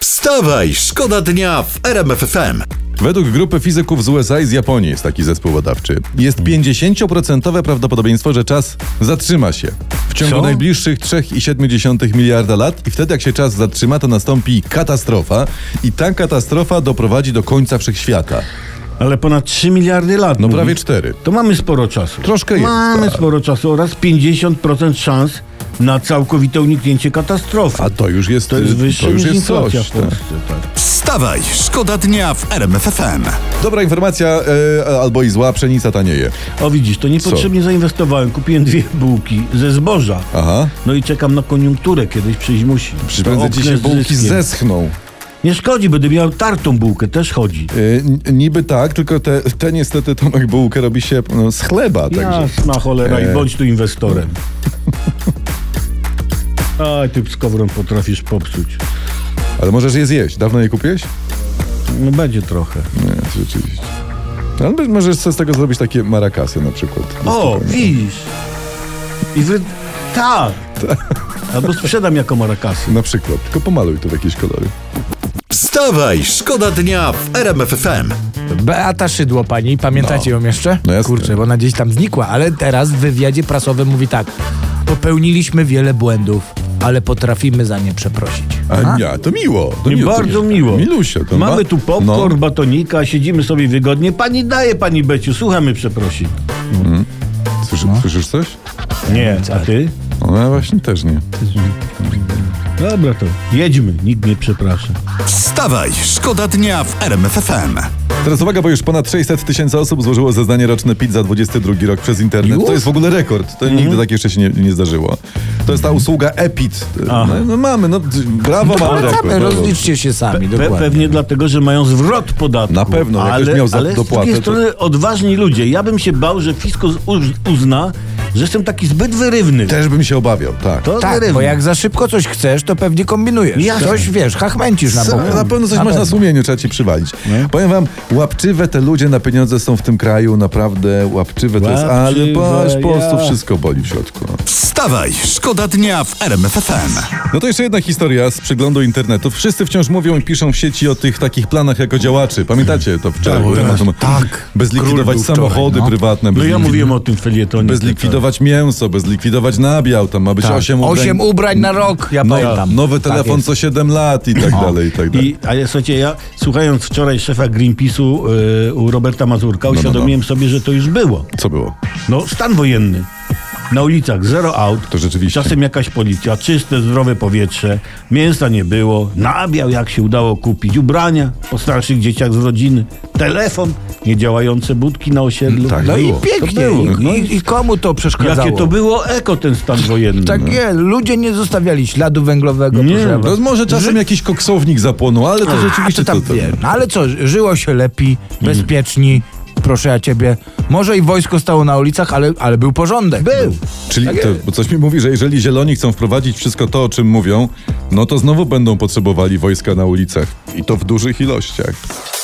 Wstawaj, szkoda dnia w RMF FM. Według grupy fizyków z USA i z Japonii jest taki zespół badawczy. Jest Hmm. 50% prawdopodobieństwo, że czas zatrzyma się w ciągu Co? najbliższych 3,7 miliarda lat i wtedy jak się czas zatrzyma, to nastąpi katastrofa i ta katastrofa doprowadzi do końca wszechświata. Ale ponad 3 miliardy lat. No mówi. prawie 4. To mamy sporo czasu. Troszkę jest, Mamy tak. sporo czasu oraz 50% szans na całkowite uniknięcie katastrofy. A to już jest, to jest y, wyższe to już niż jest inflacja coś. w tak. Polsce. Tak. Wstawaj, szkoda dnia w RMF FM. tak. Dobra informacja y, albo i zła, pszenica tanieje. O widzisz, to niepotrzebnie zainwestowałem. Kupiłem dwie bułki ze zboża. Aha. No i czekam na koniunkturę kiedyś przyjść musi. To Prędzej ci się okres bułki zyskiem. zeschną. Nie szkodzi, będę miał tartą bułkę, też chodzi. Y, n- niby tak, tylko te, te niestety Tomek bułkę robi się no, z chleba. Także. E. Jasna cholera i bądź tu inwestorem. Aj, ty skowron potrafisz popsuć. Ale możesz je zjeść. Dawno je kupiłeś? No będzie trochę. Nie, rzeczywiście. No, Ale możesz sobie z tego zrobić takie marakasy na przykład. O, widzisz. I wy... Tak. Albo sprzedam jako marakasy. Na przykład. Tylko pomaluj to w jakieś kolory. Wstawaj, szkoda dnia w RMF FM. Beata Szydło pani, pamiętacie ją jeszcze? No jasne. Kurczę, bo ona gdzieś tam znikła, ale teraz w wywiadzie prasowym mówi tak. Popełniliśmy wiele błędów, ale potrafimy za nie przeprosić. A nie, to miło. To I miło, to bardzo mi- miło. Milusia. To no. Mamy ma- tu popcorn, batonika, siedzimy sobie wygodnie. Pani daje, pani Beciu, słuchamy przeprosi. No. Słyszy, Słyszysz coś? Nie, a ty? No ja właśnie też nie. Dobra to, jedźmy, nikt nie przeprasza. Wstawaj, szkoda dnia w RMF FM. Teraz uwaga, bo już ponad 600 tysięcy osób złożyło zeznanie roczne PIT za 22 rok przez internet. Już? To jest w ogóle rekord. To Mhm. nigdy tak jeszcze się nie, nie zdarzyło. To jest ta usługa EPIT. No, no mamy, no tak, d- brawo, mamy rekord. Same, brawo. rozliczcie się sami, Pe- dokładnie. pewnie dlatego, że mają zwrot podatku. Na pewno, jak ktoś miał za- ale z dopłatę, drugiej to- strony odważni ludzie. Ja bym się bał, że fiskus uz- uzna, że jestem taki zbyt wyrywny. Też bym się obawiał, tak. To Tak, wyrywny. bo jak za szybko coś chcesz, to pewnie kombinujesz. Jasne. Coś, wiesz, chachmęcisz na Co? boku. Na pewno coś masz na sumieniu, trzeba ci przywalić. Nie? Powiem wam, łapczywe te ludzie na pieniądze są w tym kraju, naprawdę łapczywe, to jest, ale Łapczywe, patrz, po prostu ja. wszystko boli w środku. No. Wstawaj, szkoda dnia w RMF FM. No to jeszcze jedna historia z przeglądu internetu. Wszyscy wciąż mówią i piszą w sieci o tych takich planach jako działaczy. Pamiętacie to wczoraj? był temat, no, tak. By zlikwidować Król był wczoraj, samochody no. prywatne. No by ja zlikwi- mówiłem o tym felietonie. By zlikwidować mięso, by zlikwidować nabiał, tam ma być Tak. osiem ubrań. Osiem ubrań na rok, ja no, pamiętam. Nowy Tak telefon jest. No. co 7 lat i tak dalej, i tak dalej. I, ale słuchajcie, ja słuchając wczoraj szefa Greenpeace'u y, u Roberta Mazurka, no, no. uświadomiłem sobie, że to już było. Co było? No, stan wojenny. Na ulicach zero aut. To rzeczywiście. Czasem jakaś policja, czyste, zdrowe powietrze, mięsa nie było, nabiał jak się udało kupić, ubrania po starszych dzieciach z rodziny, telefon, niedziałające budki na osiedlu. Tak No i było. pięknie. To było. No I, No i, I komu to przeszkadzało? Jakie to było eko ten stan wojenny. Tak jest, ludzie nie zostawiali śladu węglowego, Nie, proszę no was. No może czasem jakiś koksownik zapłonął, ale to A to Mhm. rzeczywiście tam to, to, wie. No ale co, żyło się lepiej, bezpieczni, proszę ja ciebie. Może i wojsko stało na ulicach, ale, ale był porządek. Był. Czyli Tak to, bo coś mi mówi, że jeżeli zieloni chcą wprowadzić wszystko to, o czym mówią, no to znowu będą potrzebowali wojska na ulicach. I to w dużych ilościach.